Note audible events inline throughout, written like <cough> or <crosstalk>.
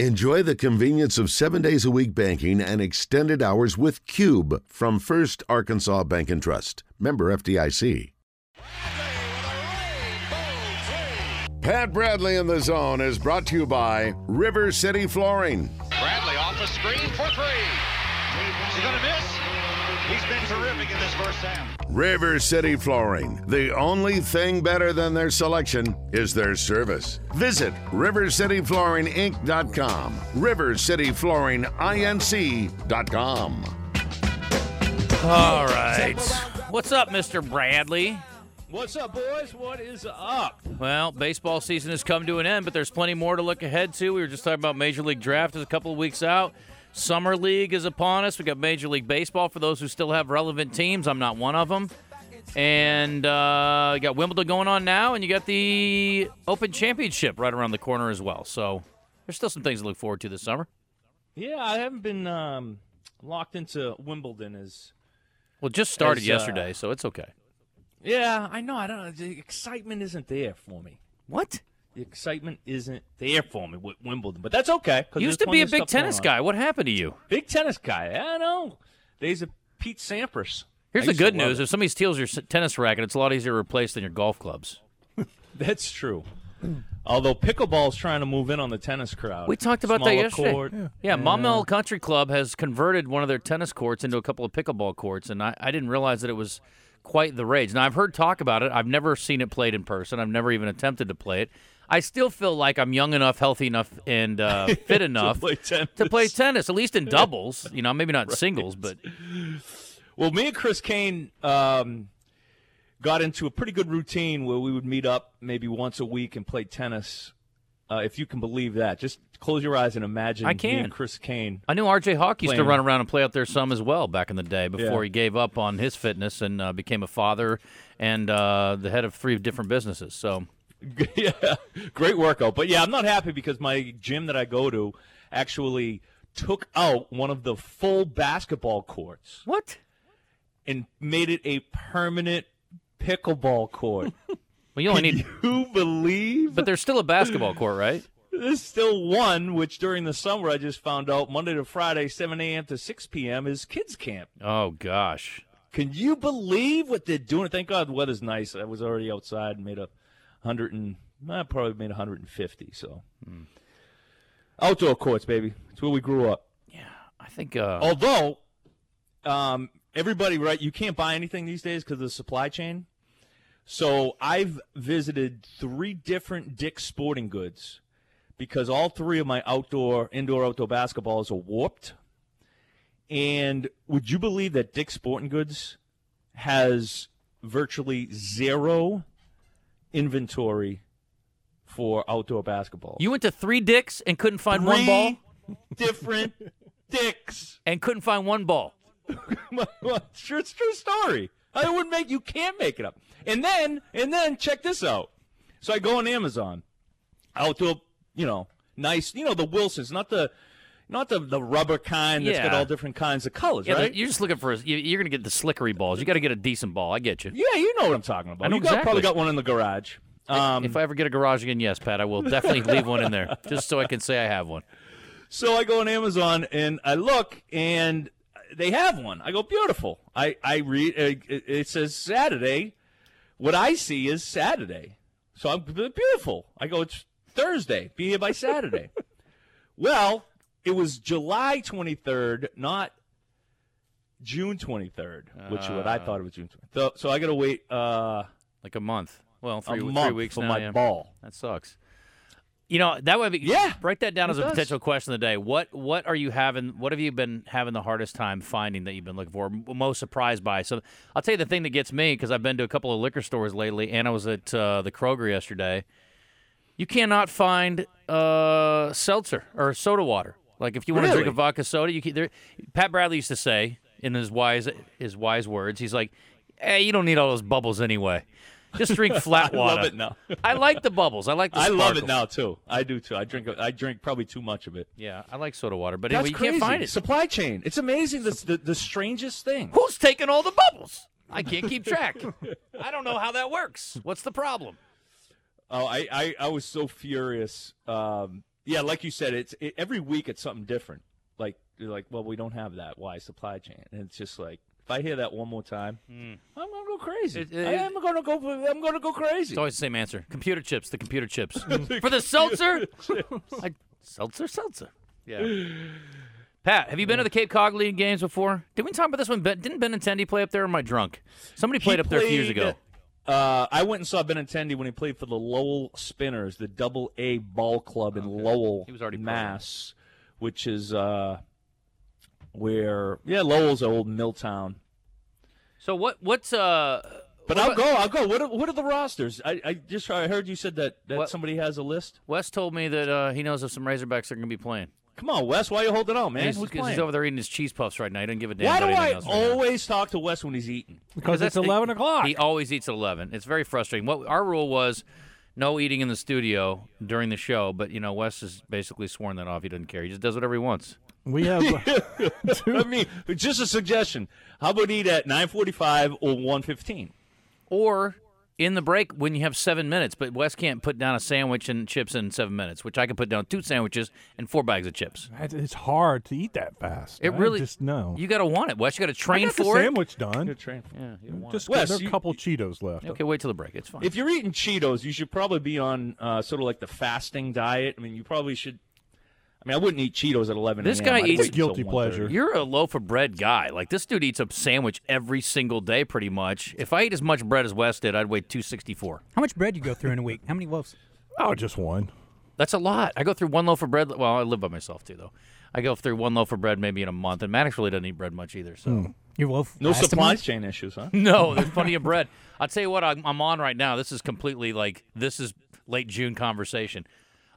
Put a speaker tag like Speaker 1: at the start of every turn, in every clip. Speaker 1: Enjoy the convenience of seven days a week banking and extended hours with Cube from First Arkansas Bank and Trust. Member FDIC. Pat Bradley in the Zone is brought to you by River City Flooring.
Speaker 2: Bradley off a screen for three. He's going to miss. He's been terrific in this first half.
Speaker 1: River City Flooring. The only thing better than their selection is their service. Visit rivercityflooringinc.com. rivercityflooringinc.com.
Speaker 3: All right. What's up, Mr. Bradley?
Speaker 4: What's up, boys? What is up?
Speaker 3: Well, baseball season has come to an end, but there's plenty more to look ahead to. We were just talking about Major League Draft is a couple of weeks out. Summer League is upon us. We got Major League Baseball for those who still have relevant teams. I'm not one of them. And uh, you got Wimbledon going on now, and you got the Open Championship right around the corner as well. So there's still some things to look forward to this summer.
Speaker 4: Yeah, I haven't been um, locked into Wimbledon as.
Speaker 3: Well, it just started
Speaker 4: As, uh,
Speaker 3: yesterday, so it's okay.
Speaker 4: Yeah, I know. I don't. know. The excitement isn't there for me.
Speaker 3: What?
Speaker 4: The excitement isn't there for me with Wimbledon, but that's okay. 'cause
Speaker 3: Used
Speaker 4: there's
Speaker 3: to be
Speaker 4: plenty
Speaker 3: a
Speaker 4: of
Speaker 3: big
Speaker 4: stuff going
Speaker 3: tennis
Speaker 4: on.
Speaker 3: guy. What happened to you?
Speaker 4: Big tennis guy. I know. Days of Pete Sampras.
Speaker 3: Here's
Speaker 4: I
Speaker 3: the
Speaker 4: used to
Speaker 3: good
Speaker 4: love
Speaker 3: news:
Speaker 4: it.
Speaker 3: if somebody steals your s- tennis racket, it's a lot easier to replace than your golf clubs.
Speaker 4: That's true. Although pickleball's trying to move in on the tennis crowd.
Speaker 3: We talked about that
Speaker 4: Smaller
Speaker 3: yesterday.
Speaker 4: court.
Speaker 3: Yeah, Maumelle Country Club has converted one of their tennis courts into a couple of pickleball courts, and I, I didn't realize that it was quite the rage. Now I've heard talk about it. I've never seen it played in person. I've never even attempted to play it. I still feel like I'm young enough, healthy enough, and
Speaker 4: <laughs>
Speaker 3: uh, fit enough
Speaker 4: play
Speaker 3: to play
Speaker 4: tennis.
Speaker 3: tennis, at
Speaker 4: <laughs>
Speaker 3: least in doubles. You know, maybe not singles, but
Speaker 4: Well, me and Chris Kane um, got into a pretty good routine where we would meet up maybe once a week and play tennis. Uh, if you can believe that, just close your eyes and imagine
Speaker 3: I
Speaker 4: me
Speaker 3: can.
Speaker 4: and Chris Kane. <laughs>
Speaker 3: I knew R.J. Hawk used to
Speaker 4: Playing.
Speaker 3: run around and play out there some as well back in the day before
Speaker 4: Yeah.
Speaker 3: he gave up on his fitness and uh, became a father and uh, the head of three different businesses. So
Speaker 4: yeah, great workout. But yeah, I'm not happy because my gym that I go to actually took out one of the full basketball courts
Speaker 3: what?
Speaker 4: and made it a permanent pickleball court.
Speaker 3: <laughs> Well, you only
Speaker 4: <laughs>
Speaker 3: need,
Speaker 4: you believe?
Speaker 3: but there's still a basketball court, right?
Speaker 4: There's still one, which during the summer I just found out Monday to Friday, 7 a.m. to 6 p.m. is kids camp.
Speaker 3: Oh gosh,
Speaker 4: Can you believe what they're doing? Thank God the weather's nice. I was already outside and made a hundred and I probably made 150. So outdoor courts, baby. It's where we grew up.
Speaker 3: I think. Uh,
Speaker 4: Oh. Although um, everybody, right? You can't buy anything these days because of the supply chain. So I've visited three different Dick's Sporting Goods because all three of my outdoor, indoor, outdoor basketballs are warped. And would you believe that Dick's Sporting Goods has virtually zero inventory for outdoor basketball?
Speaker 3: you went to three dicks and couldn't find one ball,
Speaker 4: different
Speaker 3: <laughs>
Speaker 4: Dick's.
Speaker 3: and couldn't find one ball.
Speaker 4: My- <laughs> my- true, it's a true story. I wouldn't make you can't make it up. And then and then check this out. So I go on Amazon. Outdoor, you know, nice, you know, the Wilsons, not the not the, the rubber kind that's got
Speaker 3: Yeah.
Speaker 4: all different kinds of colors,
Speaker 3: Yeah,
Speaker 4: right?
Speaker 3: you're just looking for. A, you- you're gonna get the slickery balls. You got to get a decent ball. I get you.
Speaker 4: yeah, you know what I'm talking about.
Speaker 3: I know
Speaker 4: you got,
Speaker 3: exactly.
Speaker 4: probably got one in the garage. Um,
Speaker 3: if I ever get a garage again, yes, Pat, I will
Speaker 4: <laughs>
Speaker 3: definitely leave one in there just so I can say I have one.
Speaker 4: So I go on Amazon and I look and they have one. I go beautiful. I I read uh, it it says Saturday. What I see is Saturday. So I'm beautiful. I go it's Thursday. Be here by Saturday. <laughs> well, it was July 23rd, not June 23rd, which is what I thought it was June 23rd. So, so I got to wait uh,
Speaker 3: Like a month. Well,
Speaker 4: a
Speaker 3: three,
Speaker 4: month
Speaker 3: three weeks
Speaker 4: for
Speaker 3: now,
Speaker 4: my
Speaker 3: yeah.
Speaker 4: ball.
Speaker 3: That sucks. You know that would be
Speaker 4: Yeah,
Speaker 3: Write that down
Speaker 4: it
Speaker 3: as a
Speaker 4: does.
Speaker 3: potential question of the day. What what are you having? What have you been having the hardest time finding that you've been looking for? m- Most surprised by? So I'll tell you the thing that gets me because I've been to a couple of liquor stores lately, and I was at uh, the Kroger yesterday. You cannot find uh, seltzer or soda water. Like if you want to drink a
Speaker 4: Really?
Speaker 3: vodka soda, you can, there, Pat Bradley used to say in his wise his wise words, he's like, "Hey, you don't need all those bubbles anyway. Just
Speaker 4: <laughs>
Speaker 3: drink flat
Speaker 4: I
Speaker 3: water."
Speaker 4: love it now.
Speaker 3: I like the bubbles. I like the
Speaker 4: I love it
Speaker 3: sparkle.
Speaker 4: now too. I do too. I drink I drink probably too much of it.
Speaker 3: Yeah, I like soda water, but
Speaker 4: That's
Speaker 3: anyway, you
Speaker 4: crazy.
Speaker 3: can't find it.
Speaker 4: Supply chain. It's amazing. This the, the strangest thing.
Speaker 3: Who's taking all the bubbles? I can't keep track. I don't know how that works. What's the problem?
Speaker 4: Oh, I, I, I was so furious um, Yeah, like you said, it's it, every week it's something different. Like you're like, well, we don't have that. Why supply chain? And it's just like if I hear that one more time, I'm gonna go crazy.
Speaker 3: Hmm. It- it-
Speaker 4: I am gonna go. I'm gonna go crazy.
Speaker 3: It's always the same answer. Computer chips, the computer chips.
Speaker 4: <laughs>
Speaker 3: For the seltzer? <laughs> I, seltzer, seltzer.
Speaker 4: <sighs>
Speaker 3: Yeah. Pat, have you been to the Cape Cod League games before? Did we talk about this one? Ben, didn't Benintendi play up there or am I drunk? Somebody played
Speaker 4: He
Speaker 3: up there a few years ago.
Speaker 4: played- Uh, I went and saw Benintendi when he played for the Lowell Spinners, the Double A ball club in Lowell,
Speaker 3: He was already pro.
Speaker 4: Mass, which is uh, where yeah, Lowell's old Milltown.
Speaker 3: So what what's uh
Speaker 4: But I'll go. I'll go. What are, what are the rosters? I, I just I heard you said that, that
Speaker 3: What-
Speaker 4: somebody has a list.
Speaker 3: Wes told me that uh, he knows if some Razorbacks are gonna be playing.
Speaker 4: Come on, Wes. Why are you holding on, man?
Speaker 3: he's,
Speaker 4: Who's
Speaker 3: 'cause he's
Speaker 4: playing?
Speaker 3: over there eating his cheese puffs right now. He doesn't give a damn
Speaker 4: Why do
Speaker 3: about
Speaker 4: I
Speaker 3: anything else right now.
Speaker 4: always talk to Wes when he's eating?
Speaker 5: Because
Speaker 3: that's
Speaker 5: it's
Speaker 3: the-
Speaker 5: 11 o'clock.
Speaker 3: He always eats at eleven. It's very frustrating. What our rule was, no eating in the studio during the show. But you know, Wes has basically sworn that off. He doesn't care. He just does whatever he wants.
Speaker 5: We <laughs> have.
Speaker 4: I mean, just a suggestion. How about eat at nine forty-five or one fifteen?
Speaker 3: Or in the break when you have seven minutes. But Wes can't put down a sandwich and chips in seven minutes, which I can put down two sandwiches and four bags of chips.
Speaker 5: it's hard to eat that fast.
Speaker 3: It
Speaker 5: I
Speaker 3: really
Speaker 5: just no.
Speaker 3: You got to want it, Wes. You got to
Speaker 5: I
Speaker 3: train
Speaker 5: got the
Speaker 3: for it.
Speaker 5: sandwich done.
Speaker 4: train.
Speaker 3: Yeah, you don't want
Speaker 5: Just
Speaker 4: Wes,
Speaker 5: there's a
Speaker 4: you-
Speaker 5: couple Cheetos left.
Speaker 3: it. Okay, wait till the break. It's fine.
Speaker 4: If you're eating Cheetos, you should probably be on uh, sort of like the fasting diet. I mean, you probably should. I mean, I wouldn't eat Cheetos at 11.
Speaker 3: This
Speaker 4: a.m.
Speaker 3: guy
Speaker 4: I'd
Speaker 3: eats-
Speaker 4: wait till
Speaker 5: Guilty
Speaker 4: 1:30.
Speaker 5: pleasure.
Speaker 3: You're a loaf of bread guy. Like this dude eats a sandwich every single day, pretty much. If I ate as much bread as Wes did, I'd weigh 264.
Speaker 6: How much bread you go through in a week? How many loaves?
Speaker 5: Oh, just one.
Speaker 3: That's a lot. I go through one loaf of bread. Well, I live by myself too, though. I go through one loaf of bread maybe in a month, and Maddox really doesn't eat bread much either. So
Speaker 4: Hmm.
Speaker 6: Your loaf.
Speaker 4: No
Speaker 6: lasts a
Speaker 4: supply
Speaker 6: month?
Speaker 4: chain issues, huh?
Speaker 3: <laughs> no, there's plenty of bread. I'll tell you what, I'm, I'm on right now. This is completely like this is late June conversation.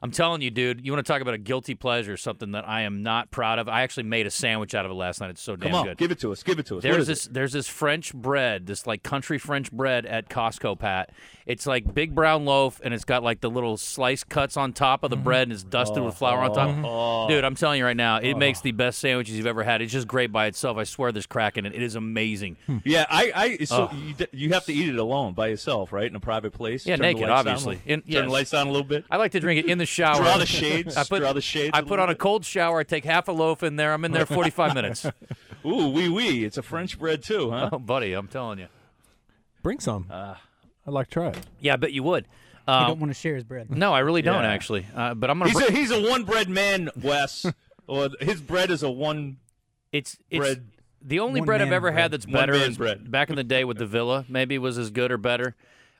Speaker 3: I'm telling you, dude. You want to talk about a guilty pleasure? Something that I am not proud of. I actually made a sandwich out of it last night. It's so damn
Speaker 4: Come on,
Speaker 3: good.
Speaker 4: give it to us. Give it to us. What
Speaker 3: There's this
Speaker 4: is
Speaker 3: there's this French bread, this like country French bread at Costco, Pat. It's like big brown loaf, and it's got like the little slice cuts on top of the bread, and it's dusted with flour on top. Dude, I'm telling you right now, it makes the best sandwiches you've ever had. It's just great by itself. I swear, there's crack in it. It is amazing.
Speaker 4: it? Yeah, I. I so
Speaker 3: Oh.
Speaker 4: you, d- you have to eat it alone by yourself, right, in a private place.
Speaker 3: Yeah,
Speaker 4: Turn the
Speaker 3: naked,
Speaker 4: lights down a
Speaker 3: obviously.
Speaker 4: little-
Speaker 3: In-
Speaker 4: Turn
Speaker 3: yes.
Speaker 4: the lights down a little bit.
Speaker 3: I like to drink it in the shower.
Speaker 4: <laughs> Draw the shades.
Speaker 3: I put
Speaker 4: draw the shades.
Speaker 3: I
Speaker 4: a
Speaker 3: put
Speaker 4: little
Speaker 3: on a cold shower. I take half a loaf in there. I'm <laughs> in there 45 minutes.
Speaker 4: bit. Ooh, wee wee. It's a French bread too, huh?
Speaker 3: Oh, buddy, I'm telling you.
Speaker 5: Bring some. I'd like to try it.
Speaker 3: Yeah, I bet you would.
Speaker 6: I
Speaker 3: Um,
Speaker 6: don't want to share his bread.
Speaker 3: no, I really don't
Speaker 4: Yeah.
Speaker 3: actually. Uh, but I'm gonna.
Speaker 4: <laughs> He's
Speaker 3: br-
Speaker 4: a he's a one bread man, <laughs> Wes. or his bread is a one.
Speaker 3: It's, it's
Speaker 4: Bread.
Speaker 3: The only
Speaker 6: One
Speaker 3: bread I've
Speaker 6: man
Speaker 3: ever had
Speaker 6: bread.
Speaker 3: that's
Speaker 4: One
Speaker 3: better
Speaker 4: man
Speaker 3: is
Speaker 4: bread.
Speaker 3: back in the day with the Villa. Maybe was as good or better.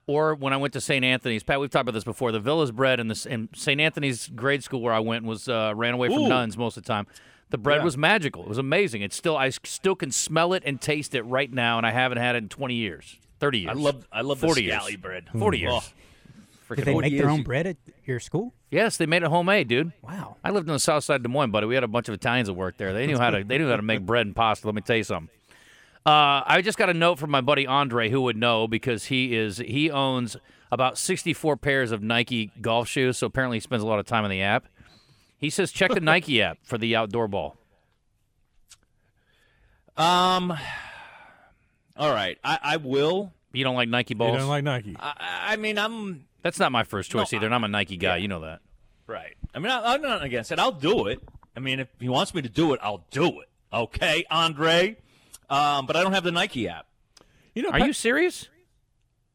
Speaker 3: Or when I went to St. Anthony's, Pat, we've talked about this before. The Villa's bread and the and St. Anthony's grade school where I went was uh, ran away from
Speaker 4: Ooh.
Speaker 3: nuns most of the time. The bread
Speaker 4: Yeah.
Speaker 3: was magical. It was amazing. It's still I s- still can smell it and taste it right now, and I haven't had it in 20 years, 30 years.
Speaker 4: I love I love
Speaker 3: 40
Speaker 4: the
Speaker 3: years.
Speaker 4: scally bread.
Speaker 3: 40 years.
Speaker 4: Oh.
Speaker 6: Did they make their
Speaker 4: years
Speaker 6: own
Speaker 4: you-
Speaker 6: bread at your school?
Speaker 3: Yes, they made it homemade, dude.
Speaker 6: Wow.
Speaker 3: I lived on the south side of Des Moines, buddy. We had a bunch of Italians that worked there. They knew how to they knew how to make bread and pasta. Let me tell you something. Uh, I just got a note from my buddy Andre, who would know because he is he owns about sixty four pairs of Nike golf shoes. So apparently, he spends a lot of time on the app. He says, check the Nike app for the outdoor ball.
Speaker 4: Um. <sighs> All right, I, I will.
Speaker 3: You don't like Nike
Speaker 5: You
Speaker 3: balls? Uh,
Speaker 5: don't like Nike.
Speaker 4: I, I mean, I'm
Speaker 3: That's not my first choice either, and I'm a Nike guy. You know that.
Speaker 4: right. I mean, I, I'm not against it. I'll do it. I mean, if he wants me to do it, I'll do it. Okay, Andre. Um, but I don't have the Nike app,
Speaker 5: you know,
Speaker 3: Are you serious?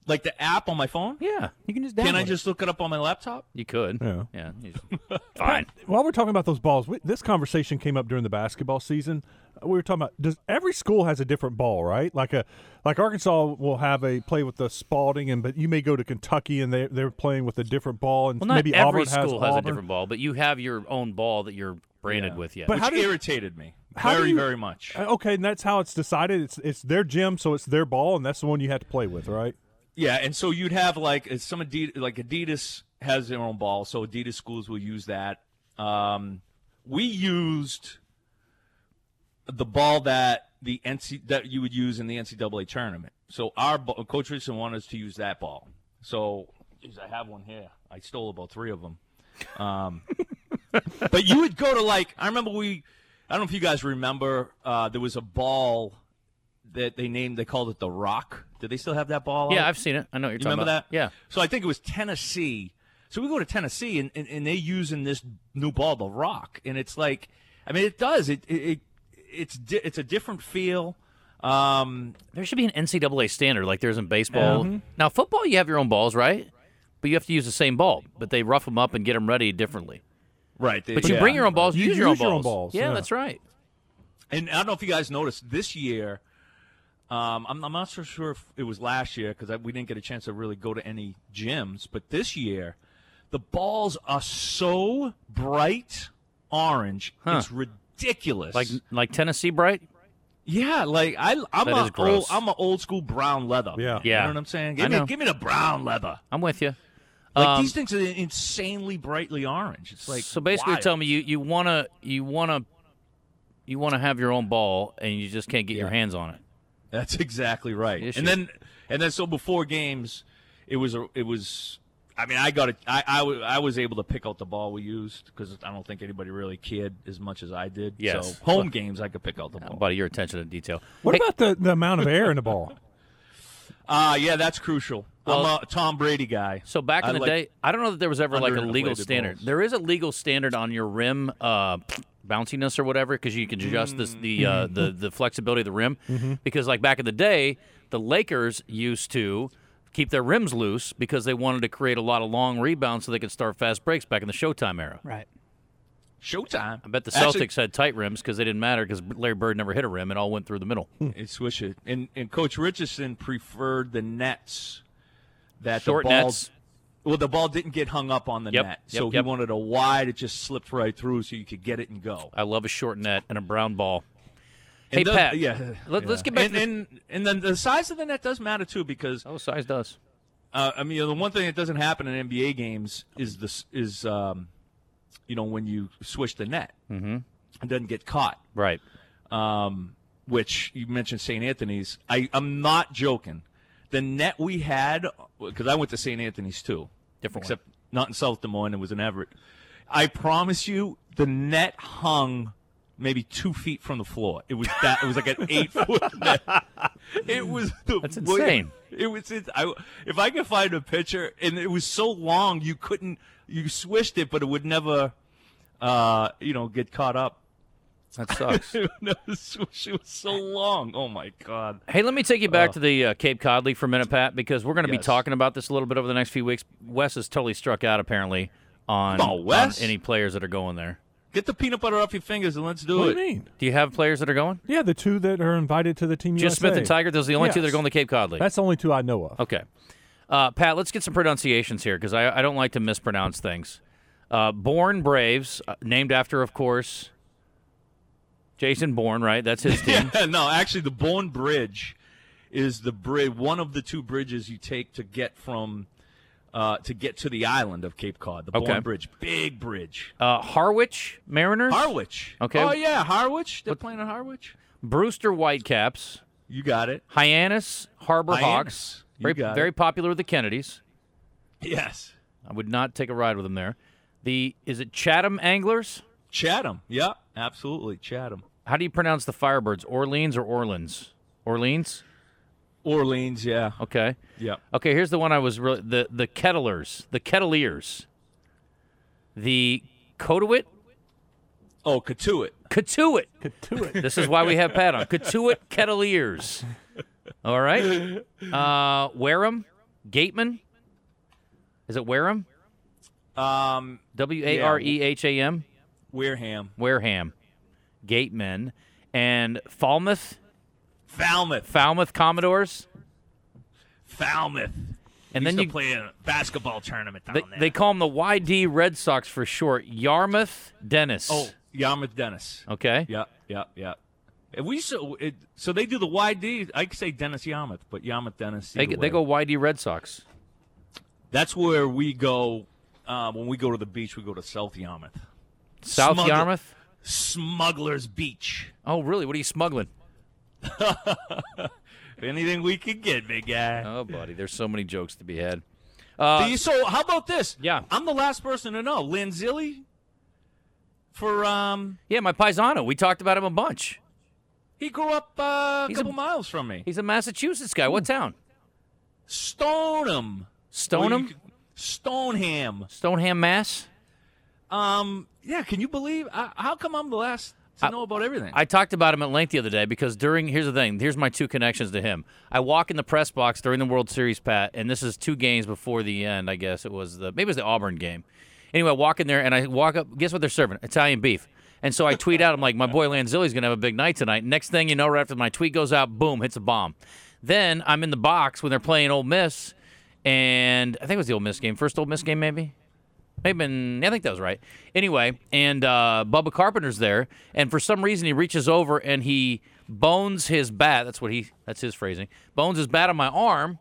Speaker 4: like the app on my phone.
Speaker 3: Yeah,
Speaker 6: You can just download
Speaker 4: Can I
Speaker 6: it.
Speaker 4: just look it up on my laptop?
Speaker 3: you could.
Speaker 5: Yeah.
Speaker 3: yeah. you
Speaker 5: <laughs>
Speaker 3: just- Fine.
Speaker 5: While we're talking about those balls, we, this conversation came up during the basketball season. Uh, We were talking about does every school has a different ball, right? Like a like Arkansas will have a play with the Spalding, and but you may go to Kentucky and they they're playing with a different ball, and
Speaker 3: Well, not
Speaker 5: maybe
Speaker 3: every
Speaker 5: Auburn
Speaker 3: school
Speaker 5: has,
Speaker 3: has, a
Speaker 5: Auburn.
Speaker 3: different ball, but you have your own ball that you're branded with. Yeah.
Speaker 5: But
Speaker 4: Which
Speaker 5: how do you-
Speaker 4: irritated me
Speaker 5: how do
Speaker 4: very,
Speaker 5: you-
Speaker 4: very much.
Speaker 5: Uh, Okay, and that's how it's decided. It's it's their gym, so it's their ball, and that's the one you have to play with, right?
Speaker 4: Yeah, and so you'd have like uh, some Adidas, like Adidas has their own ball, so Adidas schools will use that. Um, we used the ball that the NC that you would use in the NCAA tournament. So our ball, coach Richardson wanted us to use that ball. So, geez, I have one here. I stole about three of them. Um, <laughs> but you would go to like I remember we. I don't know if you guys remember. Uh, there was a ball that they named. They called it the Rock. Did they still have that ball?
Speaker 3: yeah,
Speaker 4: out?
Speaker 3: I've seen it. I know what you're
Speaker 4: You
Speaker 3: talking
Speaker 4: remember
Speaker 3: about.
Speaker 4: that?
Speaker 3: Yeah.
Speaker 4: So I think it was Tennessee. So we go to Tennessee and, and, and they using this new ball, the rock. And it's like, I mean, it does. It, it, it it's, di- it's a different feel. Um,
Speaker 3: There should be an NCAA standard like there is in baseball. Now, football, you have your own balls, right? But you have to use the same ball, but they rough them up and get them ready differently.
Speaker 4: right.
Speaker 3: But you
Speaker 4: yeah.
Speaker 3: bring your own balls,
Speaker 5: You
Speaker 3: use your own
Speaker 5: use your own
Speaker 3: balls.
Speaker 5: balls,
Speaker 3: Yeah,
Speaker 5: yeah.
Speaker 3: that's right.
Speaker 4: And I don't know if you guys noticed this year. Um, I'm, I'm not so sure if it was last year because we didn't get a chance to really go to any gyms. But this year, the balls are so bright orange,
Speaker 3: Huh.
Speaker 4: it's ridiculous.
Speaker 3: Like like Tennessee Bright?
Speaker 4: yeah, like I, I'm
Speaker 3: That is
Speaker 4: a old,
Speaker 3: gross.
Speaker 4: I'm an old school brown leather.
Speaker 5: Yeah.
Speaker 4: you
Speaker 3: Yeah.
Speaker 4: know what I'm saying.
Speaker 3: I
Speaker 4: Give me,
Speaker 3: know.
Speaker 4: give me the brown leather.
Speaker 3: I'm with you.
Speaker 4: Like
Speaker 3: Um,
Speaker 4: these things are insanely brightly orange. It's like
Speaker 3: so basically,
Speaker 4: wild.
Speaker 3: tell me you you wanna you wanna you wanna have your own ball and you just can't get your hands on it.
Speaker 4: That's exactly right.
Speaker 3: Yes,
Speaker 4: and
Speaker 3: you-
Speaker 4: then and then so before games, it was a, it was. I mean, I got it. I I wa- I was able to pick out the ball we used because I don't think anybody really cared as much as I did.
Speaker 3: Yes.
Speaker 4: So home games, I could pick out the ball.
Speaker 3: Buddy, your attention to detail.
Speaker 5: What
Speaker 3: Hey,
Speaker 5: about the, the amount of air in
Speaker 3: <laughs>
Speaker 5: the ball?
Speaker 4: Ah, yeah, that's crucial.
Speaker 3: Well-
Speaker 4: I'm a Tom Brady guy.
Speaker 3: So back in
Speaker 4: I
Speaker 3: the
Speaker 4: like-
Speaker 3: day, I don't know that there was ever like a
Speaker 4: underinflated
Speaker 3: legal standard.
Speaker 4: balls.
Speaker 3: There is a legal standard on your rim uh, bounciness or whatever because you can adjust this, the uh,
Speaker 4: Mm-hmm.
Speaker 3: the the flexibility of the rim. Because like back in the day, the Lakers used to keep their rims loose because they wanted to create a lot of long rebounds so they could start fast breaks back in the Showtime era.
Speaker 4: <laughs>
Speaker 6: Right.
Speaker 4: Showtime.
Speaker 3: I bet the
Speaker 4: Actually,
Speaker 3: Celtics had tight rims because they didn't matter because Larry Bird never hit a rim; it all went through the middle.
Speaker 4: And swish it. And and Coach Richardson preferred the nets that
Speaker 3: Short
Speaker 4: the ball,
Speaker 3: nets.
Speaker 4: Well, the ball didn't get hung up on the
Speaker 3: Yep,
Speaker 4: net,
Speaker 3: yep,
Speaker 4: so he
Speaker 3: yep.
Speaker 4: wanted a wide. It just slipped right through, so you could get it and go.
Speaker 3: I love a short net and a brown ball.
Speaker 4: And
Speaker 3: Hey
Speaker 4: the-
Speaker 3: Pat,
Speaker 4: yeah,
Speaker 3: let, us
Speaker 4: yeah.
Speaker 3: get back
Speaker 4: And,
Speaker 3: to the,
Speaker 4: and and then the size of the net does matter too because
Speaker 3: oh size does.
Speaker 4: uh, I mean the one thing that doesn't happen in NBA games is this is um, you know when you swish the net, mm-hmm. it doesn't get caught.
Speaker 3: Right.
Speaker 4: Um, which you mentioned St. Anthony's. I I'm not joking. The net we had because I went to St. Anthony's too,
Speaker 3: Different one.
Speaker 4: except not in South Des Moines. It was in Everett. I promise you, the net hung maybe two feet from the floor. It was that. It was like
Speaker 3: <laughs>
Speaker 4: an eight foot net. It was the
Speaker 3: That's
Speaker 4: way-
Speaker 3: insane.
Speaker 4: It was it, I, if I could find a picture, and it was so long you couldn't you swished it, but it would never, uh, you know, get caught up.
Speaker 3: That
Speaker 4: <laughs>
Speaker 3: sucks.
Speaker 4: it would never swish. It was so long. Oh my god.
Speaker 3: Hey, let me take you back to the uh, Cape Cod League for a minute, Pat, because we're going to be
Speaker 4: Yes.
Speaker 3: talking about this a little bit over the next few weeks. Wes is totally struck out, apparently, on,
Speaker 4: Oh, Wes?
Speaker 3: on any players that are going there.
Speaker 4: Get the peanut butter off your fingers and let's do
Speaker 5: What do
Speaker 4: it.
Speaker 5: you mean?
Speaker 3: Do you have players that are going?
Speaker 5: Yeah, the two that are invited to the team.
Speaker 3: Just Smith and
Speaker 5: USA.
Speaker 3: Tiger, those are the only two that are
Speaker 5: Yes.
Speaker 3: going to the Cape Cod League.
Speaker 5: That's the only two I know of.
Speaker 3: okay. Uh, Pat, let's get some pronunciations here because I, I don't like to mispronounce things. Uh, Born Braves, uh, named after, of course, Jason Bourne, right? That's
Speaker 4: <laughs>
Speaker 3: his team.
Speaker 4: Yeah, no, actually, the Bourne Bridge is the bridge, one of the two bridges you take to get from uh, to get to the island of Cape Cod. The
Speaker 3: Okay.
Speaker 4: Bourne Bridge, big bridge.
Speaker 3: uh, Harwich Mariners,
Speaker 4: Harwich.
Speaker 3: Okay.
Speaker 4: Oh yeah, Harwich. They're playing at Harwich.
Speaker 3: Brewster Whitecaps,
Speaker 4: You got it.
Speaker 3: Hyannis Harbor Hawks.
Speaker 4: Hyannis. You
Speaker 3: Very,
Speaker 4: got it.
Speaker 3: very popular with the Kennedys.
Speaker 4: Yes.
Speaker 3: I would not take a ride with them there. The is it Chatham Anglers?
Speaker 4: Chatham. Yeah, absolutely. Chatham.
Speaker 3: How do you pronounce the Firebirds? Orleans or Orleans? Orleans.
Speaker 4: Orleans. Yeah.
Speaker 3: Okay.
Speaker 4: Yeah.
Speaker 3: Okay. Here's the one I was really the the Kettlers, the Kettleers, the Cotuit,
Speaker 4: Oh, Katuit.
Speaker 3: Katuit.
Speaker 5: To it.
Speaker 3: This is why we have Pat on Katuit Kettleers. All right. Uh, Wareham, Gateman. Is it Wareham?
Speaker 4: Um,
Speaker 3: W a r e h a m.
Speaker 4: Wareham.
Speaker 3: Wareham, Gatemen, and Falmouth,
Speaker 4: Falmouth.
Speaker 3: Falmouth Commodores.
Speaker 4: Falmouth.
Speaker 3: And
Speaker 4: Used
Speaker 3: then
Speaker 4: to
Speaker 3: you,
Speaker 4: play a basketball tournament down
Speaker 3: they,
Speaker 4: there.
Speaker 3: they call them the YD Red Sox for short. Yarmouth Dennis.
Speaker 4: oh, Yarmouth Dennis.
Speaker 3: Okay.
Speaker 4: Yeah, yeah, yeah. And we so it, so they do the YD. I could say Dennis Yarmouth, but Yarmouth Dennis.
Speaker 3: They,
Speaker 4: either
Speaker 3: they
Speaker 4: way.
Speaker 3: go YD Red Sox.
Speaker 4: That's where we go uh, when we go to the beach. We go to South Yarmouth,
Speaker 3: South
Speaker 4: Smuggler-
Speaker 3: Yarmouth.
Speaker 4: Smuggler's Beach. <laughs>
Speaker 3: Oh, really? What are you smuggling?
Speaker 4: Anything we could get, big guy.
Speaker 3: Oh, buddy, there's so many jokes to be had.
Speaker 4: Do you- so how about this?
Speaker 3: Uh, yeah.
Speaker 4: I'm the last person to know. Lanzilli for um,
Speaker 3: Yeah, my paisano. We talked about him a bunch.
Speaker 4: he grew up uh, a
Speaker 3: He's a-
Speaker 4: couple miles from me.
Speaker 3: He's a Massachusetts guy. What town?
Speaker 4: Stoneham. Well, you
Speaker 3: Stoneham.
Speaker 4: could- Stoneham.
Speaker 3: Stoneham, Mass.
Speaker 4: Um, yeah, can you believe? I, how come I'm the last to
Speaker 3: I-
Speaker 4: know about everything?
Speaker 3: I talked about him at length the other day because during here's the thing. Here's my two connections to him. I walk in the press box during the World Series, Pat, and this is two games before the end. I guess it was the maybe it was the Auburn game. Anyway, I walk in there and I walk up. Guess what they're serving? Italian beef. And so I tweet out, I'm like, my boy Lanzilli's gonna have a big night tonight. Next thing you know, right after my tweet goes out, boom, hits a bomb. Then I'm in the box when they're playing Ole Miss, and I think it was the Ole Miss game, first Ole Miss game maybe. Maybe been, I think that was right. Anyway, and uh, Bubba Carpenter's there, and for some reason he reaches over and he bones his bat. That's what he. That's his phrasing. Bones his bat on my arm,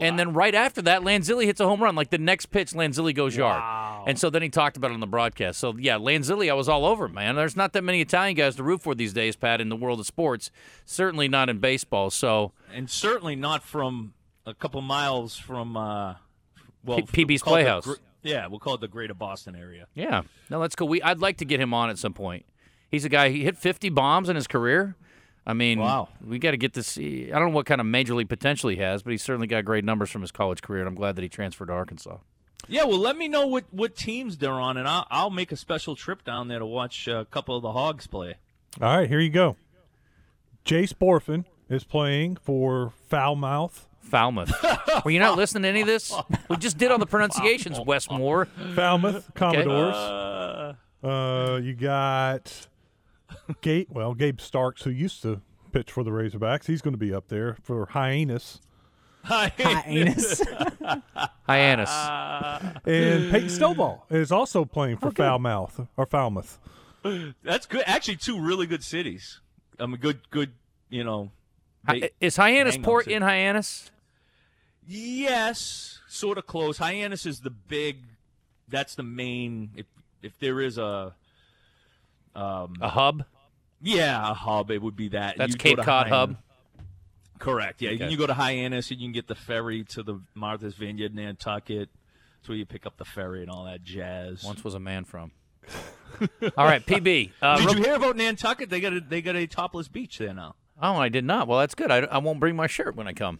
Speaker 3: and then right after that, Lanzilli hits a home run. Like the next pitch, Lanzilli goes yard, and so then he talked about it on the broadcast. So yeah, Lanzilli, I was all over him, man. There's not that many Italian guys to root for these days, Pat, in the world of sports. Certainly not in baseball. So
Speaker 4: and certainly not from a couple miles from uh, well,
Speaker 3: P- PB's
Speaker 4: we'll call it the
Speaker 3: Playhouse.
Speaker 4: gr- yeah, we'll call it the Greater Boston area.
Speaker 3: Yeah. No, that's cool. We I'd like to get him on at some point. He's a guy. He hit 50 bombs in his career. I mean,
Speaker 4: Wow.
Speaker 3: we got to get to see. I don't know what kind of major league potential he has, but he's certainly got great numbers from his college career, and I'm glad that he transferred to Arkansas.
Speaker 4: Yeah, well, let me know what, what teams they're on, and I'll, I'll make a special trip down there to watch uh, a couple of the Hogs play.
Speaker 5: <laughs>
Speaker 4: <laughs>
Speaker 5: All right, here you go. Jace Borfin is playing for Foulmouth.
Speaker 4: <laughs>
Speaker 3: Falmouth. Were you not listening to any of this? We just did all the pronunciations, Westmore.
Speaker 5: Falmouth Commodores.
Speaker 4: Uh,
Speaker 5: Uh, you got Gabe. Well, Gabe Starks, who used to pitch for the Razorbacks, he's going to be up there for Hyenas,
Speaker 6: Hi,
Speaker 4: <laughs>
Speaker 6: anus. <laughs>
Speaker 3: Hyannis.
Speaker 4: Uh,
Speaker 5: and Peyton Stovall is also playing for Foulmouth or Falmouth.
Speaker 4: that's good. Actually, two really good cities. I mean, good, good. You know,
Speaker 3: Hi- Is Hyannis
Speaker 4: hang on
Speaker 3: Port
Speaker 4: to-
Speaker 3: in Hyannis?
Speaker 4: Yes, sort of close. Hyannis is the big. That's the main. If if there is a, um,
Speaker 3: A hub?
Speaker 4: yeah, a hub, it would be that.
Speaker 3: That's
Speaker 4: You'd go
Speaker 3: Cape
Speaker 4: to
Speaker 3: Cod
Speaker 4: Hyannis.
Speaker 3: hub.
Speaker 4: Correct. Yeah,
Speaker 3: Okay.
Speaker 4: you go to Hyannis and you can get the ferry to the Martha's Vineyard, Nantucket. That's where you pick up the ferry and all that jazz.
Speaker 3: Once was a man from. All right, PB. Uh,
Speaker 4: Did
Speaker 3: real-
Speaker 4: you hear about Nantucket? They got a, they got a topless beach there now.
Speaker 3: oh, I did not. Well, that's good. I, I won't bring my shirt when I come.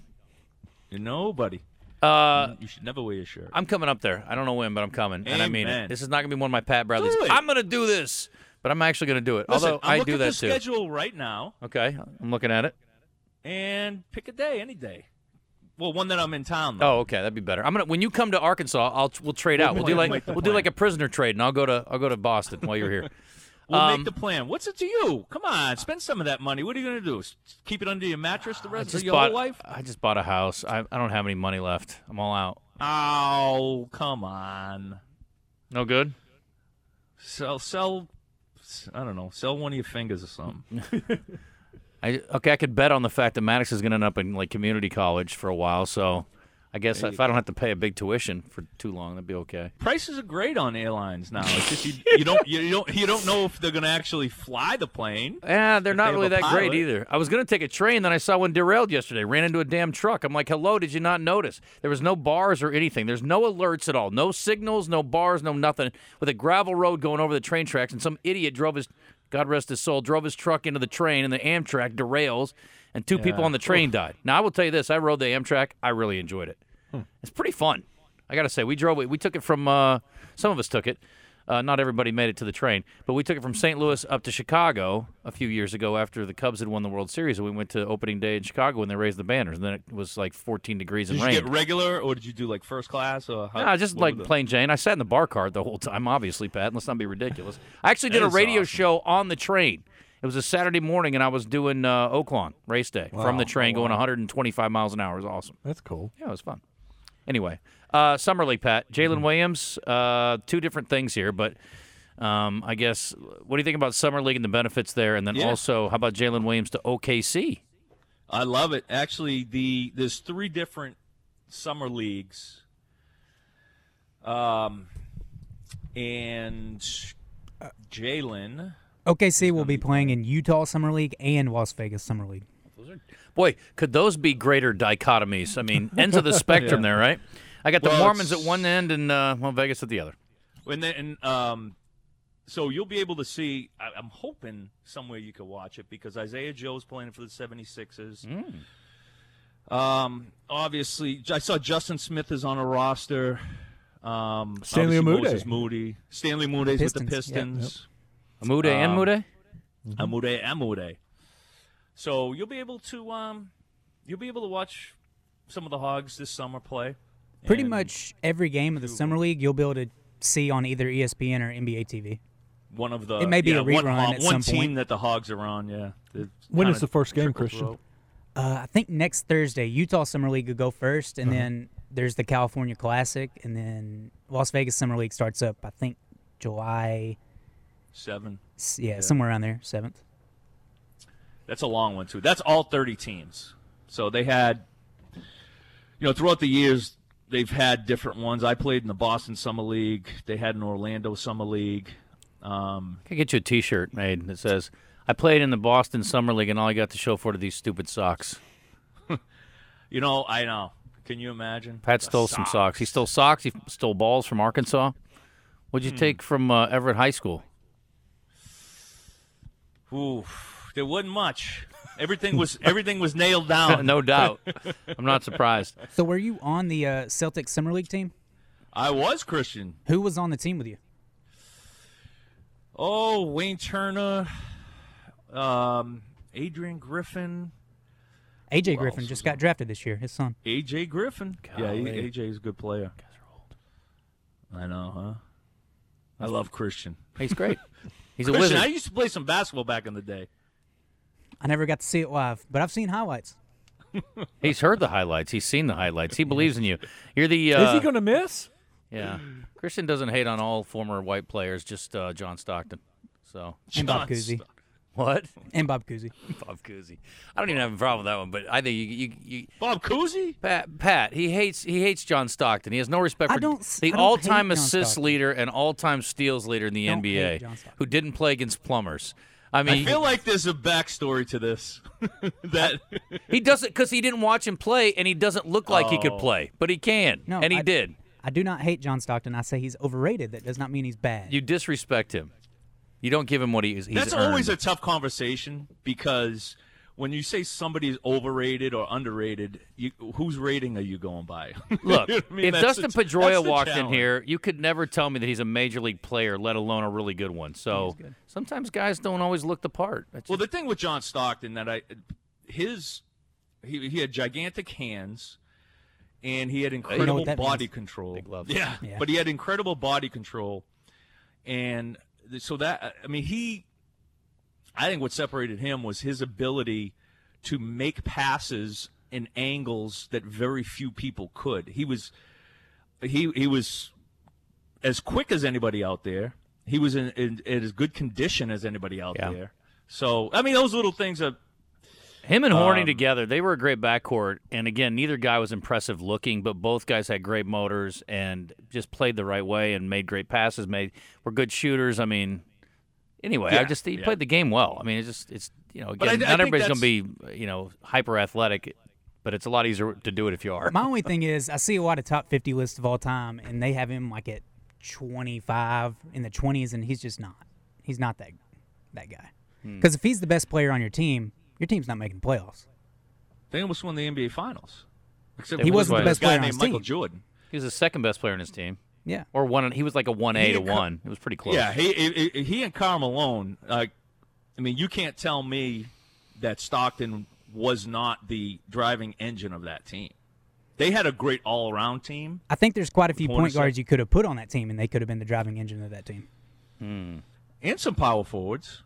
Speaker 4: Nobody.
Speaker 3: Uh,
Speaker 4: you should never wear your shirt.
Speaker 3: I'm coming up there. I don't know when, but I'm coming, and I mean it.
Speaker 4: Amen.
Speaker 3: This is not going to be one of my Pat Bradleys.
Speaker 4: Do it.
Speaker 3: I'm going to do this, but I'm actually going to do it.
Speaker 4: Listen,
Speaker 3: Although
Speaker 4: I'm
Speaker 3: I
Speaker 4: looking
Speaker 3: do
Speaker 4: at the
Speaker 3: that too.
Speaker 4: schedule right now
Speaker 3: Okay, I'm looking at it.
Speaker 4: and pick a day, any day. Well, one that I'm in town
Speaker 3: Oh,
Speaker 4: though.
Speaker 3: okay, that'd be better. I'm gonna when you come to Arkansas, I'll we'll trade out. We'll do
Speaker 4: plan,
Speaker 3: like
Speaker 4: we'll make the
Speaker 3: we'll do
Speaker 4: plan.
Speaker 3: like a prisoner trade, and I'll go to I'll go to Boston while you're
Speaker 4: <laughs>
Speaker 3: here.
Speaker 4: We'll
Speaker 3: Um,
Speaker 4: make the plan. What's it to you? Come on, spend some of that money. What are you going to do? S- Keep it under your mattress the
Speaker 3: I
Speaker 4: rest of
Speaker 3: just
Speaker 4: your
Speaker 3: bought
Speaker 4: whole life?
Speaker 3: I just bought a house. I, I don't have any money left. I'm all out.
Speaker 4: Oh, come on.
Speaker 3: No good.
Speaker 4: Sell, sell. I don't know. Sell one of your fingers
Speaker 3: <laughs>
Speaker 4: or something.
Speaker 3: I okay. I could bet on the fact that Maddox is going to end up in like community college for a while. So I guess if I don't have to pay a big tuition for too long, that'd be okay.
Speaker 4: Prices are great on airlines now. It's just you, you don't you don't you don't know if they're going to actually fly the plane.
Speaker 3: Yeah, they're
Speaker 4: they
Speaker 3: not
Speaker 4: have
Speaker 3: really
Speaker 4: a
Speaker 3: that great
Speaker 4: pilot.
Speaker 3: either. I was going to take a train, then I saw one derailed yesterday. Ran into a damn truck. I'm like, hello, did you not notice? There was no bars or anything. There's no alerts at all. No signals, no bars, no nothing. With a gravel road going over the train tracks, and some idiot drove his, God rest his soul, drove his truck into the train, and the Amtrak derails, and two people on the train died. Now, I will tell you this I rode the Amtrak. I really enjoyed it. It's pretty fun. I gotta say, we drove it. We took it from uh, some of us took it. Uh, not everybody made it to the train, but we took it from St. Louis up to Chicago a few years ago after the Cubs had won the World Series, and we went to opening day in Chicago when they raised the banners. And then it was like 14 degrees
Speaker 4: Did
Speaker 3: and
Speaker 4: you
Speaker 3: rain.
Speaker 4: get regular or did you do like first class or? How,
Speaker 3: Nah, just
Speaker 4: what
Speaker 3: like
Speaker 4: were the-
Speaker 3: plain Jane. I sat in the bar cart the whole time, obviously, Pat. Let's not be ridiculous. I actually did
Speaker 4: That
Speaker 3: a
Speaker 4: is
Speaker 3: radio
Speaker 4: awesome.
Speaker 3: show on the train. It was a Saturday morning, and I was doing uh, Oaklawn race day from the
Speaker 4: Oh,
Speaker 3: train, going 125 miles an hour. It was awesome.
Speaker 5: That's cool.
Speaker 3: Yeah, it was fun. Anyway, uh, summer league, Pat, Jalen Williams, uh, two different things here, but um, I guess what do you think about summer league and the benefits there, and then
Speaker 4: Yeah.
Speaker 3: also how about Jalen Williams to OKC?
Speaker 4: I love it. Actually, the there's three different summer leagues. Um, and Jalen.
Speaker 6: OKC will be playing in Utah Summer League and Las Vegas Summer League.
Speaker 3: Boy, could those be greater dichotomies? I mean, ends <laughs> of the spectrum there, right? I got the
Speaker 4: Well,
Speaker 3: Mormons at
Speaker 4: it's-
Speaker 3: one end and uh, well Vegas at the other.
Speaker 4: And then, and, um, so you'll be able to see. I, I'm hoping somewhere you can watch it because Isaiah Joe's playing for the 76ers.
Speaker 6: Hmm.
Speaker 4: Um, obviously, I saw Justin Smith is on a roster. Um,
Speaker 5: Stanley
Speaker 4: obviously
Speaker 5: Amude.
Speaker 4: Moses Moody. Stanley Moody's with the
Speaker 6: Pistons, yeah.
Speaker 4: Pistons.
Speaker 3: Amude and
Speaker 4: Um,
Speaker 3: Mude?
Speaker 4: Amude
Speaker 6: Mm-hmm.
Speaker 4: Amude. So you'll be able to um, you'll be able to watch some of the Hogs this summer play.
Speaker 6: Pretty
Speaker 4: And
Speaker 6: much every game of the summer league you'll be able to see on either E ESPN or NBA TV.
Speaker 4: one of the
Speaker 6: it may be
Speaker 4: yeah,
Speaker 6: a
Speaker 4: one,
Speaker 6: rerun
Speaker 4: Hog-
Speaker 6: at
Speaker 4: one
Speaker 6: some
Speaker 4: team
Speaker 6: point.
Speaker 4: that the Hogs are on. Yeah. It
Speaker 5: When
Speaker 4: kinda
Speaker 5: is the first game,
Speaker 4: trickles
Speaker 5: Christian?
Speaker 4: out.
Speaker 6: Uh, I think next Thursday Utah Summer League will go first,
Speaker 4: Uh-huh.
Speaker 6: and then there's the California Classic, and then Las Vegas Summer League starts up. I think July,
Speaker 4: Seven.
Speaker 6: s- yeah, somewhere around there, seventh.
Speaker 4: That's a long one too. That's all 30 teams. So they had, you know, throughout the years they've had different ones. I played in the Boston Summer League. They had an Orlando Summer League. Um,
Speaker 3: I could get you a T-shirt made that says, "I played in the Boston Summer League, and all I got to show for it are these stupid socks."
Speaker 4: you know, I know. Can you imagine?
Speaker 3: Pat
Speaker 4: The
Speaker 3: stole some socks. He stole socks. He f- stole balls from Arkansas. What'd you take from uh, Everett High School?
Speaker 4: Ooh, there wasn't much.
Speaker 3: <laughs>
Speaker 4: Everything was everything was nailed
Speaker 3: <laughs>
Speaker 4: down.
Speaker 3: no doubt. <laughs> I'm not surprised.
Speaker 6: So were you on the uh, Celtic Summer League team?
Speaker 4: I was Christian.
Speaker 6: Who was on the team with you?
Speaker 4: Oh, Wayne Turner, um, Adrian Griffin,
Speaker 6: AJ
Speaker 4: Who
Speaker 6: Griffin
Speaker 4: else was
Speaker 6: just got drafted this year. His son.
Speaker 4: AJ Griffin. Yeah,
Speaker 3: Golly.
Speaker 4: he- AJ is a good player. Guys are old. I know, huh? I love Christian.
Speaker 3: He's great. He's a
Speaker 4: Christian,
Speaker 3: wizard.
Speaker 4: I used to play some basketball back in the day.
Speaker 6: I never got to see it live, but I've seen highlights.
Speaker 3: He's heard the highlights. He's seen the highlights. <laughs> He believes in you. You're the. Uh,
Speaker 5: Is he going to miss?
Speaker 3: yeah. Christian doesn't hate on all former white players, just uh, John Stockton. So
Speaker 6: And Bob
Speaker 4: John
Speaker 6: Cousy.
Speaker 3: what? <laughs>
Speaker 6: And Bob Cousy.
Speaker 3: Bob Cousy. I don't even have a problem with that one, but I think you, you, you
Speaker 4: Bob Cousy?
Speaker 3: Pat, Pat, he hates he hates John Stockton. He has no respect
Speaker 6: I
Speaker 3: for
Speaker 6: don't s-
Speaker 3: the
Speaker 6: I don't
Speaker 3: all-time
Speaker 6: hate John
Speaker 3: assists
Speaker 6: Stockton.
Speaker 3: leader and all-time steals leader in the
Speaker 6: Don't hate
Speaker 3: NBA,
Speaker 6: John Stockton.
Speaker 3: who didn't play against plumbers. I mean,
Speaker 4: I feel like there's a backstory to this. <laughs> that
Speaker 3: he doesn't because he didn't watch him play, and he doesn't look like he
Speaker 4: Oh.
Speaker 3: could play, but he can,
Speaker 6: No,
Speaker 3: and he
Speaker 6: I-
Speaker 3: did.
Speaker 6: I do not hate John Stockton. I say he's overrated. That does not mean he's bad.
Speaker 3: You disrespect him. You don't give him what he is. He's
Speaker 4: that's
Speaker 3: earned.
Speaker 4: always a <laughs> tough conversation because when you say somebody's overrated or underrated, you, whose rating are you going by? <laughs> You
Speaker 3: Look,
Speaker 4: know what I mean?
Speaker 3: if
Speaker 4: That's
Speaker 3: Dustin
Speaker 4: the- that's
Speaker 3: Pedroia
Speaker 4: the
Speaker 3: walked in
Speaker 4: challenge.
Speaker 3: here, you could never tell me that he's a major league player, let alone a really good one. So sometimes guys don't always look the part. That's
Speaker 4: Well, the thing with John Stockton that I his he, he had gigantic hands and he had incredible
Speaker 6: that
Speaker 4: body
Speaker 6: means.
Speaker 4: control.
Speaker 3: Big gloves.
Speaker 4: Yeah,
Speaker 6: Yeah.
Speaker 4: but he had incredible body control, and th- so that uh, I mean he, I think what separated him was his ability to make passes in angles that very few people could. He was he he was as quick as anybody out there. He was in, in, in as good condition as anybody out
Speaker 3: Yeah.
Speaker 4: there. So I mean, those little things are
Speaker 3: Him and Horney
Speaker 4: Um,
Speaker 3: together, they were a great backcourt. And again, neither guy was impressive looking, but both guys had great motors and just played the right way and made great passes. Made were good shooters. I mean, anyway, I
Speaker 4: Yeah,
Speaker 3: just he
Speaker 4: yeah.
Speaker 3: played the game well. I mean, it's just it's you know again,
Speaker 4: I- I
Speaker 3: not
Speaker 4: think
Speaker 3: everybody's going to be you know hyper athletic, but it's a lot easier to do it if you are.
Speaker 6: My
Speaker 3: <laughs>
Speaker 6: only thing is, I see a lot of top 50 lists of all time, and they have him like at 25 in the 20s, and he's just not. He's not that that guy.
Speaker 3: Hmm.
Speaker 6: Because if he's the best player on your team, your team's not making playoffs.
Speaker 4: they almost won the NBA Finals. Except
Speaker 3: He
Speaker 4: for
Speaker 3: wasn't
Speaker 4: this
Speaker 3: the best
Speaker 4: guy
Speaker 6: player on
Speaker 4: named
Speaker 6: his
Speaker 4: Michael
Speaker 6: team.
Speaker 4: Jordan.
Speaker 3: He was the second best player on his team,
Speaker 6: Yeah.
Speaker 3: or one. He was like a one A
Speaker 4: He
Speaker 3: to
Speaker 4: and Ka-
Speaker 3: one. It was pretty close.
Speaker 4: Yeah, he, he he- he and Carl Malone. Like, I mean, you can't tell me that Stockton was not the driving engine of that team. They had a great all-around team.
Speaker 6: I think there's quite a few point
Speaker 4: Hornacek.
Speaker 6: guards you could have put on that team, and they could have been the driving engine of that team.
Speaker 4: and some power forwards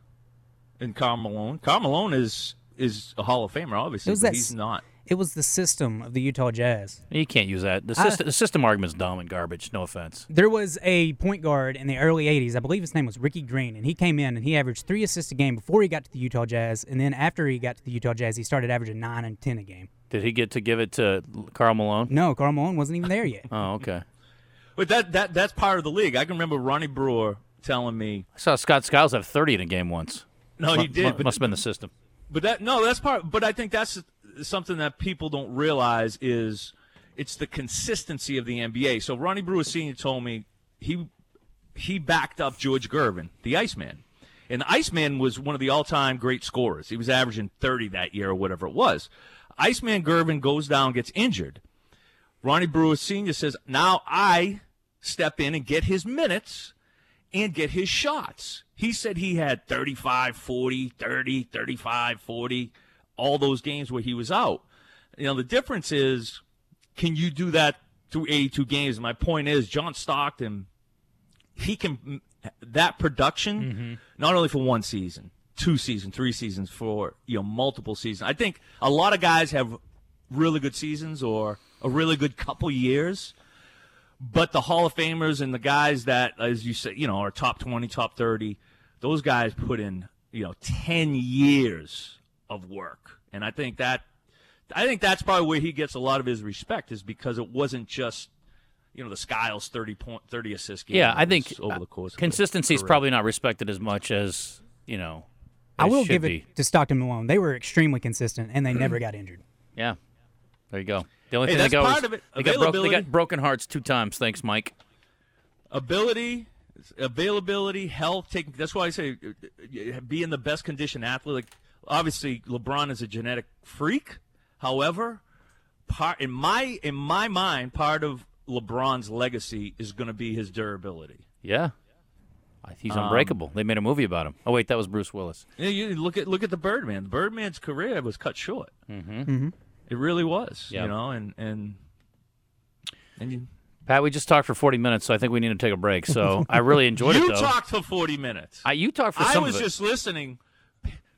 Speaker 4: in Carl Malone. Carl Malone is is a Hall of Famer, obviously,
Speaker 6: It was
Speaker 4: but
Speaker 6: that
Speaker 4: he's
Speaker 6: s-
Speaker 4: not.
Speaker 6: It was the system of the Utah Jazz.
Speaker 3: you can't use that. The
Speaker 6: I-
Speaker 3: system, the system argument's dumb and garbage. No offense.
Speaker 6: There was a point guard in the early 80s. I believe his name was Ricky Green, and he came in and he averaged three assists a game before he got to the Utah Jazz. And then after he got to the Utah Jazz, he started averaging nine and 10 a game.
Speaker 3: Did he get to give it to Carl Malone?
Speaker 6: No, Carl Malone wasn't even there yet.
Speaker 3: Oh, okay.
Speaker 4: But that that that's part of the league. I can remember Ronnie Brewer telling me,
Speaker 3: I saw Scott Skiles have 30 in a game once.
Speaker 4: "No,
Speaker 3: Mu-
Speaker 4: he did."
Speaker 3: mu-
Speaker 4: but
Speaker 3: must have been the system.
Speaker 4: But that no, that's part. But I think that's something that people don't realize is it's the consistency of the NBA. So Ronnie Brewer Senior told me he he backed up George Gervin, the Iceman, and the Iceman was one of the all-time great scorers. He was averaging thirty that year or whatever it was. Iceman Gervin goes down, gets injured. Ronnie Brewer Senior says, "Now I step in and get his minutes and get his shots. He said he had 35, 40, 30, 35, 40, all those games where he was out. You know, the difference is can you do that through 82 games? And my point is, John Stockton, he can, that production, not only for one season, two seasons, three seasons, for, you know, multiple seasons. I think a lot of guys have really good seasons or a really good couple years. But the Hall of Famers and the guys that, as you say, you know, are top 20, top 30, those guys put in, you know, 10 years of work. And I think that, I think that's probably where he gets a lot of his respect is because it wasn't just, you know, the Skiles 30 point, 30 assist game.
Speaker 3: Yeah, I
Speaker 4: It was
Speaker 3: think uh,
Speaker 4: over the course of
Speaker 3: consistency is
Speaker 4: career.
Speaker 3: probably not respected as much as you know.
Speaker 6: I
Speaker 3: it
Speaker 6: will
Speaker 3: should
Speaker 6: give
Speaker 3: be.
Speaker 6: it to Stockton Malone. They were extremely consistent and they never got injured.
Speaker 3: Yeah, there you go. The only
Speaker 4: Hey,
Speaker 3: thing they
Speaker 4: that's
Speaker 3: got
Speaker 4: part
Speaker 3: was
Speaker 4: of it.
Speaker 3: They, got broke- they
Speaker 4: Availability.
Speaker 3: got broken hearts two times. Thanks, Mike.
Speaker 4: ability availability health taking that's why i say uh, be in the best condition athlete like obviously lebron is a genetic freak however part in my in my mind part of lebron's legacy is going to be his durability
Speaker 3: Yeah, I- he's unbreakable. They made a movie about him. Oh wait, that was Bruce Willis.
Speaker 4: you, know, you look at look at the birdman the birdman's career was cut short mm-hmm. it really was
Speaker 3: Yeah.
Speaker 4: you know and and and you,
Speaker 3: Pat, we just talked for 40 minutes, so I think we need to take a break. So I really enjoyed it
Speaker 4: you
Speaker 3: though.
Speaker 4: talked for 40 minutes
Speaker 3: I, you talked for
Speaker 4: I
Speaker 3: some
Speaker 4: was
Speaker 3: of it.
Speaker 4: just listening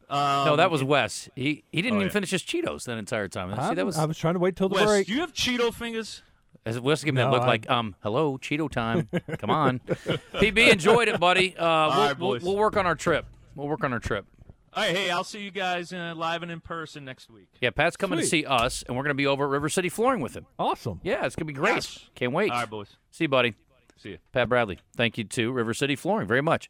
Speaker 4: um,
Speaker 3: no, that was Wes. He he didn't
Speaker 4: Oh,
Speaker 3: even
Speaker 4: yeah.
Speaker 3: finish his Cheetos that entire time. See,
Speaker 5: I'm-
Speaker 3: that was
Speaker 5: I was trying to wait till the
Speaker 4: Wes,
Speaker 5: break.
Speaker 4: do you have Cheeto fingers?
Speaker 3: As Wes gave me that
Speaker 5: No,
Speaker 3: look
Speaker 5: I-
Speaker 3: like, um, hello, Cheeto time.
Speaker 5: <laughs>
Speaker 3: Come on. PB, enjoyed it, buddy. Uh, we'll,
Speaker 4: right,
Speaker 3: we'll,
Speaker 4: boys.
Speaker 3: we'll work on our trip. We'll work on our trip.
Speaker 4: All right, hey, I'll see you guys uh, live and in person next week.
Speaker 3: Yeah, Pat's coming to
Speaker 5: Sweet.
Speaker 3: see us, and we're going to be over at River City Flooring with him.
Speaker 5: awesome.
Speaker 3: Yeah, it's going to be great.
Speaker 4: Yes.
Speaker 3: Can't wait.
Speaker 4: All right, boys.
Speaker 3: See you, buddy.
Speaker 4: See you.
Speaker 3: Pat Bradley, thank you to River City Flooring very much.